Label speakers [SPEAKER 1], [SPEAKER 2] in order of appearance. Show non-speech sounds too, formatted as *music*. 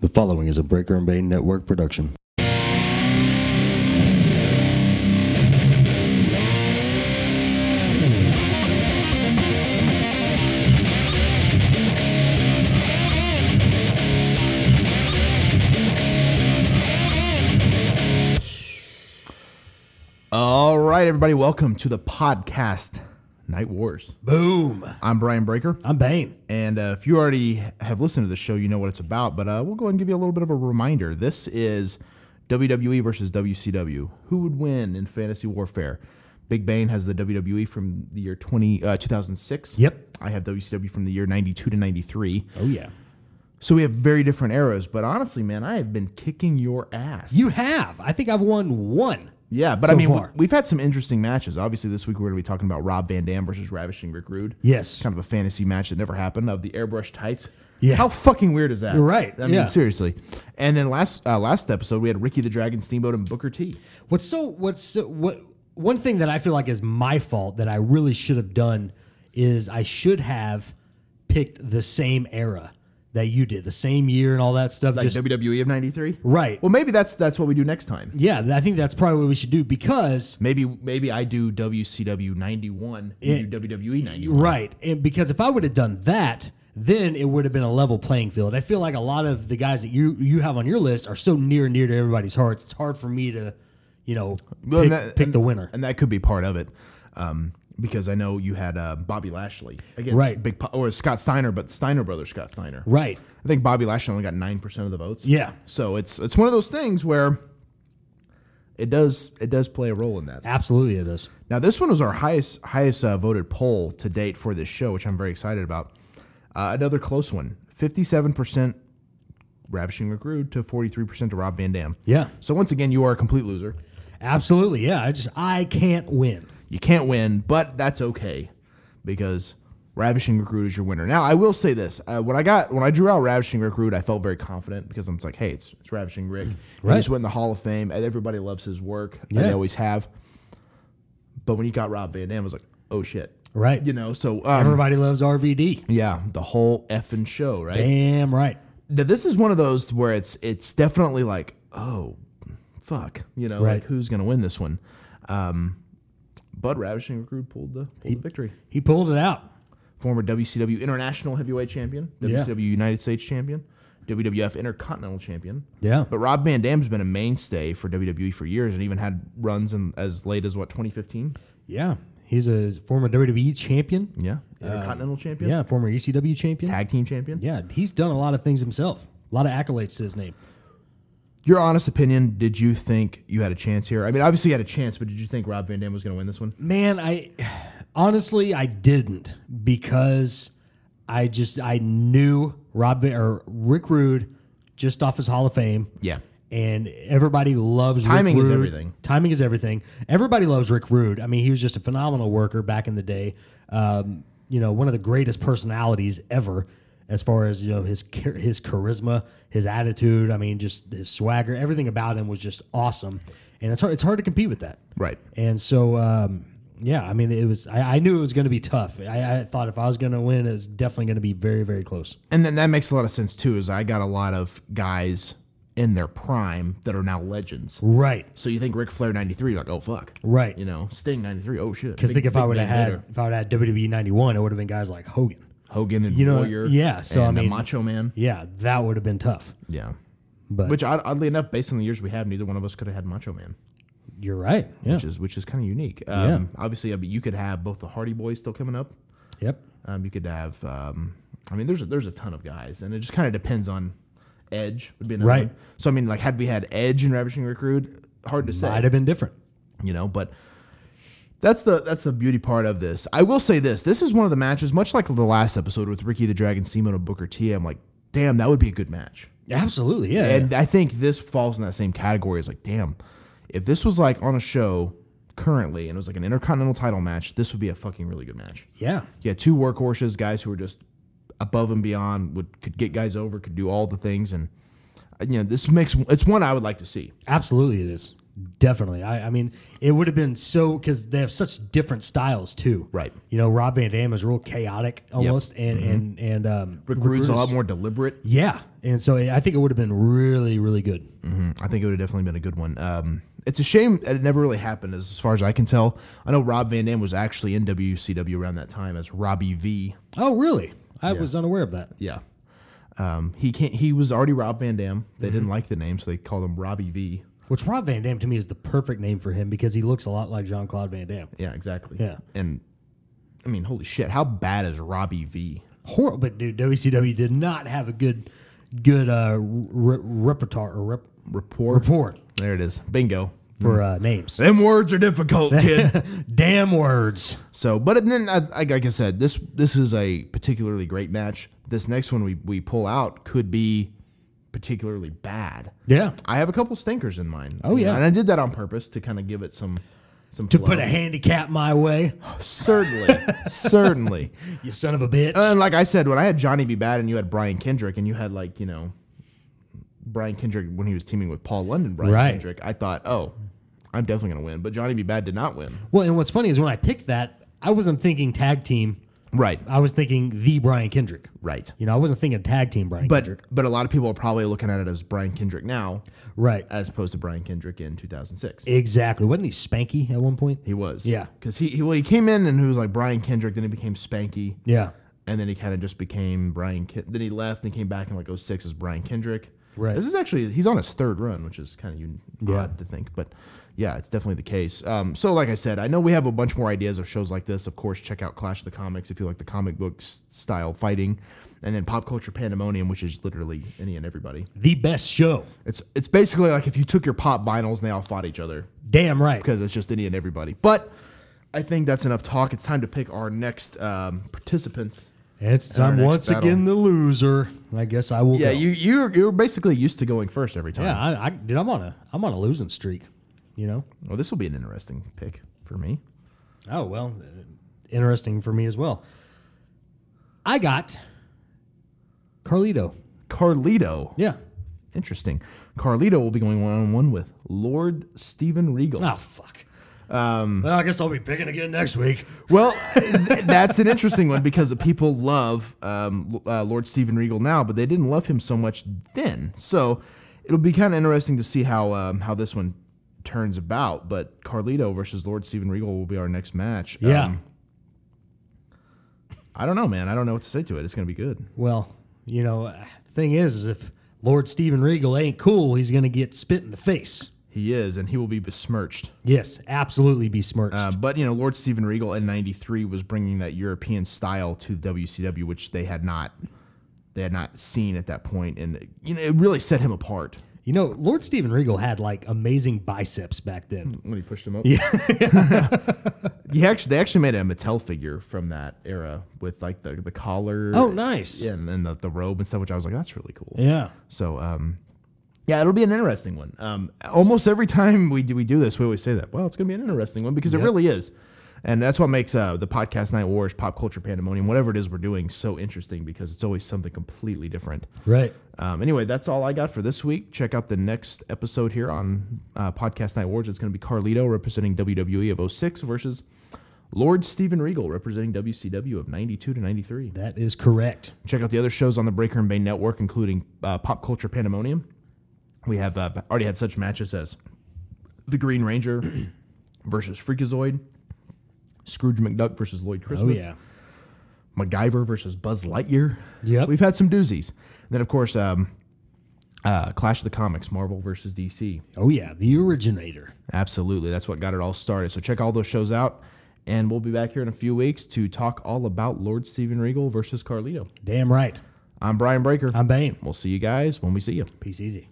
[SPEAKER 1] The following is a Breaker and Bane Network production.
[SPEAKER 2] All right, everybody, welcome to the podcast Night Wars.
[SPEAKER 3] Boom.
[SPEAKER 2] I'm Brian Breaker,
[SPEAKER 3] I'm Bane.
[SPEAKER 2] and uh, if you already have listened to the show, you know what it's about. But uh, we'll go ahead and give you a little bit of a reminder. This is WWE versus WCW. Who would win in fantasy warfare? Big Bane has the WWE from the year 20, uh, 2006.
[SPEAKER 3] Yep.
[SPEAKER 2] I have WCW from the year 92 to 93.
[SPEAKER 3] Oh yeah.
[SPEAKER 2] So we have very different eras. But honestly, man, I have been kicking your ass.
[SPEAKER 3] You have. I think I've won one.
[SPEAKER 2] Yeah, but I
[SPEAKER 3] so
[SPEAKER 2] mean, we,
[SPEAKER 3] far.
[SPEAKER 2] we've had some interesting matches. Obviously, this week we're going to be talking about Rob Van Dam versus Ravishing Rick Rude.
[SPEAKER 3] Yes.
[SPEAKER 2] Kind of a fantasy match that never happened of the airbrush tights.
[SPEAKER 3] Yeah.
[SPEAKER 2] How fucking weird is that?
[SPEAKER 3] You're right,
[SPEAKER 2] I mean,
[SPEAKER 3] yeah.
[SPEAKER 2] seriously. And then last uh, last episode, we had Ricky the Dragon Steamboat and Booker T.
[SPEAKER 3] What's so what's so, what one thing that I feel like is my fault that I really should have done is I should have picked the same era that you did, the same year and all that stuff.
[SPEAKER 2] Like
[SPEAKER 3] just
[SPEAKER 2] WWE of 93.
[SPEAKER 3] right.
[SPEAKER 2] Well, maybe that's that's what we do next time.
[SPEAKER 3] yeah, I think that's probably what we should do because
[SPEAKER 2] Maybe maybe I do WCW 91,
[SPEAKER 3] Yeah.
[SPEAKER 2] you do E WWE 91.
[SPEAKER 3] Right. And because if I would have done that, then it would have been a level playing field. I feel like a lot of the guys that you you have on your list are so near and dear to everybody's hearts. It's hard for me to, you know,
[SPEAKER 2] Well,
[SPEAKER 3] pick,
[SPEAKER 2] and that-
[SPEAKER 3] pick
[SPEAKER 2] and-
[SPEAKER 3] the winner.
[SPEAKER 2] and that could be part of it, um, because I know you had uh, Bobby Lashley against
[SPEAKER 3] Right.
[SPEAKER 2] Big po- or Scott Steiner, but Steiner brothers, Scott Steiner.
[SPEAKER 3] Right.
[SPEAKER 2] I think Bobby Lashley only got nine percent of the votes.
[SPEAKER 3] Yeah.
[SPEAKER 2] So it's it's one of those things where it does it does play a role in that.
[SPEAKER 3] Absolutely, it is.
[SPEAKER 2] Now this one was our highest highest uh, voted poll to date for this show, which I'm very excited about. Uh, another close one, fifty-seven percent. Ravishing Rick Rude to 43% to Rob Van Dam.
[SPEAKER 3] Yeah.
[SPEAKER 2] So, once again, you are a complete loser.
[SPEAKER 3] Absolutely. Yeah. I just I can't win.
[SPEAKER 2] You can't win, but that's okay because Ravishing Recruit is your winner. Now, I will say this: uh, when I got when I drew out Ravishing Recruit, I felt very confident because I'm just like, hey, it's, it's Ravishing Rick.
[SPEAKER 3] Mm, Right.
[SPEAKER 2] He's went in the Hall of Fame. and Everybody loves his work. and They
[SPEAKER 3] Yeah.
[SPEAKER 2] always have. But when he got Rob Van Dam, I was like, oh shit,
[SPEAKER 3] Right.
[SPEAKER 2] you know. So um,
[SPEAKER 3] Everybody loves RVD.
[SPEAKER 2] yeah, the whole effing show, right?
[SPEAKER 3] Damn right.
[SPEAKER 2] Now, this is one of those where it's it's definitely like, oh, fuck, you know,
[SPEAKER 3] Right.
[SPEAKER 2] like who's gonna win this one? Um, but Ravishing Recruit pulled the pulled the victory
[SPEAKER 3] He pulled it out.
[SPEAKER 2] former WCW International Heavyweight Champion,
[SPEAKER 3] Yeah.
[SPEAKER 2] WCW United States Champion, WWF Intercontinental Champion.
[SPEAKER 3] Yeah.
[SPEAKER 2] But Rob Van Dam's been a mainstay for WWE for years, and even had runs in as late as what 2015.
[SPEAKER 3] Yeah. He's a former WWE champion.
[SPEAKER 2] Yeah, Intercontinental Champion,
[SPEAKER 3] Uh, Yeah, former ECW champion.
[SPEAKER 2] Tag Team Champion.
[SPEAKER 3] Yeah, he's done a lot of things himself. A lot of accolades to his name.
[SPEAKER 2] Your honest opinion? Did you think you had a chance here? I mean, obviously you had a chance, but did you think Rob Van Dam was going to win this one?
[SPEAKER 3] Man, I honestly I didn't because I just I knew Rob or Rick Rude just off his Hall of Fame.
[SPEAKER 2] Yeah.
[SPEAKER 3] And everybody loves Rick
[SPEAKER 2] Timing is
[SPEAKER 3] Rude.
[SPEAKER 2] everything.
[SPEAKER 3] Timing is everything. Everybody loves Rick Rude. I mean, he was just a phenomenal worker back in the day. Um, you know, one of the greatest personalities ever, as far as you know his char- his charisma, his attitude. I mean, just his swagger. Everything about him was just awesome. And it's hard it's hard to compete with that.
[SPEAKER 2] Right.
[SPEAKER 3] And so, um, yeah, I mean, it was. I, I knew it was going to be tough. I, I thought if I was going to win, it was definitely going to be very, very close.
[SPEAKER 2] And then that makes a lot of sense too. Is I got a lot of guys in their prime that are now legends.
[SPEAKER 3] Right,
[SPEAKER 2] So you think Ric Flair '93? Like, oh fuck.
[SPEAKER 3] right.
[SPEAKER 2] you know, Sting '93. Oh shit!
[SPEAKER 3] Because
[SPEAKER 2] Big-
[SPEAKER 3] think if I
[SPEAKER 2] big
[SPEAKER 3] would have
[SPEAKER 2] man
[SPEAKER 3] had
[SPEAKER 2] hitter.
[SPEAKER 3] if I would have had WWE '91, it would have been guys like Hogan.
[SPEAKER 2] Hogan and
[SPEAKER 3] You know,
[SPEAKER 2] Warrior,
[SPEAKER 3] yeah, so, I
[SPEAKER 2] and the
[SPEAKER 3] mean-
[SPEAKER 2] Macho Man,
[SPEAKER 3] Yeah, that would have been tough.
[SPEAKER 2] yeah.
[SPEAKER 3] But
[SPEAKER 2] Which odd- oddly enough, based on the years we have, neither one of us could have had Macho Man,
[SPEAKER 3] you're right. Yeah.
[SPEAKER 2] which is which is kind of unique. Um, Obviously, I mean, you could have both the Hardy Boys still coming up.
[SPEAKER 3] yep.
[SPEAKER 2] Um, you could have, um, I mean, there's a, there's a ton of guys, and it just kind of depends on Edge would be another
[SPEAKER 3] Right.
[SPEAKER 2] one. So I mean, like had we had Edge and Ravishing Recruit, hard to say.
[SPEAKER 3] Might have been different.
[SPEAKER 2] you know but that's the that's the beauty part of this i will say this this is one of the matches much like the last episode with ricky the dragon Steamboat and booker t i'm like damn that would be a good match
[SPEAKER 3] Absolutely. Yeah.
[SPEAKER 2] and i think this falls in that same category as like damn if this was like on a show currently and it was like an intercontinental title match this would be a fucking really good match
[SPEAKER 3] yeah.
[SPEAKER 2] you had two workhorses guys who were just above and beyond would could get guys over could do all the things and uh, you know this makes it's one i would like to see
[SPEAKER 3] Absolutely, it is. Definitely. I, I mean, it would have been so because they have such different styles too.
[SPEAKER 2] Right.
[SPEAKER 3] You know, Rob Van Dam is real chaotic almost, and and and um,
[SPEAKER 2] Rick Rude's a lot
[SPEAKER 3] Rude's-
[SPEAKER 2] more deliberate.
[SPEAKER 3] Yeah, and so I think it would have been really, really good.
[SPEAKER 2] Mm-hmm. I think it would have definitely been a good one. Um, it's a shame that it never really happened, as, as far as I can tell. I know Rob Van Dam was actually in WCW around that time as Robbie V.
[SPEAKER 3] Oh, really? I was unaware of that.
[SPEAKER 2] Yeah, um, he can't. He was already Rob Van Dam. They didn't like the name, so they called him Robbie V.
[SPEAKER 3] Which Rob Van Dam to me is the perfect name for him because he looks a lot like Jean Claude Van Damme.
[SPEAKER 2] Yeah, exactly.
[SPEAKER 3] Yeah.
[SPEAKER 2] and I mean, holy shit, how bad is Robbie V?
[SPEAKER 3] Horrible, but dude, WCW did not have a good, good uh, re- repertoire or rep-
[SPEAKER 2] Report.
[SPEAKER 3] report
[SPEAKER 2] There it is. Bingo.
[SPEAKER 3] for uh, names.
[SPEAKER 2] Them words are difficult, kid.
[SPEAKER 3] *laughs* Damn words.
[SPEAKER 2] So, but then, I, I- like I said, this this is a particularly great match. This next one we, we pull out could be particularly bad.
[SPEAKER 3] Yeah.
[SPEAKER 2] I have a couple stinkers in mind.
[SPEAKER 3] Oh,
[SPEAKER 2] You know,
[SPEAKER 3] yeah.
[SPEAKER 2] and I did that on purpose to kind of give it some some
[SPEAKER 3] To put a handicap my way, *laughs*
[SPEAKER 2] certainly certainly.
[SPEAKER 3] you son of a bitch.
[SPEAKER 2] And like I said, when I had Johnny B. Bad and you had Brian Kendrick and you had like you know Brian Kendrick when he was teaming with Paul London, Brian
[SPEAKER 3] Right.
[SPEAKER 2] Kendrick, I thought, oh, I'm definitely gonna win. But Johnny B. Bad did not win.
[SPEAKER 3] well, and what's funny is when I picked that, I wasn't thinking tag team.
[SPEAKER 2] Right,
[SPEAKER 3] I was thinking the Brian Kendrick.
[SPEAKER 2] right.
[SPEAKER 3] You know, I wasn't thinking tag team Brian
[SPEAKER 2] But
[SPEAKER 3] Kendrick.
[SPEAKER 2] but a lot of people are probably looking at it as Brian Kendrick now,
[SPEAKER 3] Right.
[SPEAKER 2] as opposed to Brian Kendrick in 2006.
[SPEAKER 3] Exactly. Wasn't he spanky at one point?
[SPEAKER 2] he was,
[SPEAKER 3] Yeah.
[SPEAKER 2] because he he- well he came in and he was like Brian Kendrick, then he became Spanky,
[SPEAKER 3] Yeah.
[SPEAKER 2] and then he kind of just became Brian. Ken- then he left and came back in like 06 as Brian Kendrick.
[SPEAKER 3] Right.
[SPEAKER 2] This is actually he's on his third run, which is kind of un-
[SPEAKER 3] Yeah.
[SPEAKER 2] odd to think, but yeah, it's definitely the case. Um, so like I said, I know we have a bunch more ideas of shows like this. Of course, check out Clash of the Comics if you like the comic book s- style fighting, and then Pop Culture Pandemonium, which is literally any and everybody.
[SPEAKER 3] The best show.
[SPEAKER 2] It's it's basically like if you took your pop vinyls and they all fought each other
[SPEAKER 3] Damn right.
[SPEAKER 2] because it's just any and everybody. But I think that's enough talk. It's time to pick our next um, participants.
[SPEAKER 3] It's
[SPEAKER 2] our
[SPEAKER 3] I'm
[SPEAKER 2] next
[SPEAKER 3] once
[SPEAKER 2] battle.
[SPEAKER 3] again the loser. I guess I will.
[SPEAKER 2] Yeah,
[SPEAKER 3] go.
[SPEAKER 2] you you're you're basically used to going first every time.
[SPEAKER 3] Yeah, I, I, dude, I'm on a I'm on a losing streak. You know.
[SPEAKER 2] Well, this will be an interesting pick for me.
[SPEAKER 3] Oh well, uh, interesting for me as well. I got Carlito.
[SPEAKER 2] Carlito.
[SPEAKER 3] Yeah.
[SPEAKER 2] Interesting. Carlito will be going one on one with Lord Steven Regal.
[SPEAKER 3] Oh fuck. Um, well, I guess I'll be picking again next week.
[SPEAKER 2] Well, th- that's an interesting one because the people love um, L- uh, Lord Steven Regal now, but they didn't love him so much then. So it'll be kind of interesting to see how um, how this one turns about. But Carlito versus Lord Steven Regal will be our next match.
[SPEAKER 3] Yeah.
[SPEAKER 2] Um, I don't know, man. I don't know what to say to it. It's going to be good.
[SPEAKER 3] Well, you know, uh, thing is, is if Lord Steven Regal ain't cool, he's gonna get spit in the face.
[SPEAKER 2] He is, and he will be besmirched.
[SPEAKER 3] Yes, absolutely besmirched.
[SPEAKER 2] Uh, but you know, Lord Steven Regal in '93 was bringing that European style to WCW, which they had not, they had not seen at that point, and you know, it really set him apart
[SPEAKER 3] you know, Lord Steven Regal had like amazing biceps back then.
[SPEAKER 2] when he pushed him up. Yeah, *laughs* he actually they actually made a Mattel figure from that era with like the the collar.
[SPEAKER 3] Oh, nice.
[SPEAKER 2] Yeah, and, and the, the robe and stuff, which I was like, that's really cool.
[SPEAKER 3] Yeah.
[SPEAKER 2] So, um, yeah, it'll be an interesting one. Um, almost every time we do, we do this, we always say that. Well, it's going to be an interesting one because it really is, and that's what makes uh, the podcast Night Wars, Pop Culture Pandemonium, whatever it is we're doing, so interesting because it's always something completely different.
[SPEAKER 3] Right.
[SPEAKER 2] Um, anyway, that's all I got for this week. Check out the next episode here on uh, Podcast Night Wars. It's going to be Carlito representing WWE of 06 versus Lord Steven Regal representing WCW of 92 to 93.
[SPEAKER 3] That is correct.
[SPEAKER 2] Check out the other shows on the Breaker and Bay Network, including uh, Pop Culture Pandemonium. We have uh, already had such matches as The Green Ranger *clears throat* versus Freakazoid, Scrooge McDuck versus Lloyd
[SPEAKER 3] Oh
[SPEAKER 2] Christmas,
[SPEAKER 3] yeah.
[SPEAKER 2] MacGyver versus Buzz Lightyear.
[SPEAKER 3] Yep.
[SPEAKER 2] We've had some doozies. And then, of course, um, uh, Clash of the Comics, Marvel versus DC.
[SPEAKER 3] Oh yeah, the originator.
[SPEAKER 2] Absolutely. That's what got it all started. So check all those shows out. And we'll be back here in a few weeks to talk all about Lord Steven Regal versus Carlito.
[SPEAKER 3] Damn right.
[SPEAKER 2] I'm Brian Breaker.
[SPEAKER 3] I'm Bane.
[SPEAKER 2] we'll see you guys when we see you.
[SPEAKER 3] Peace easy.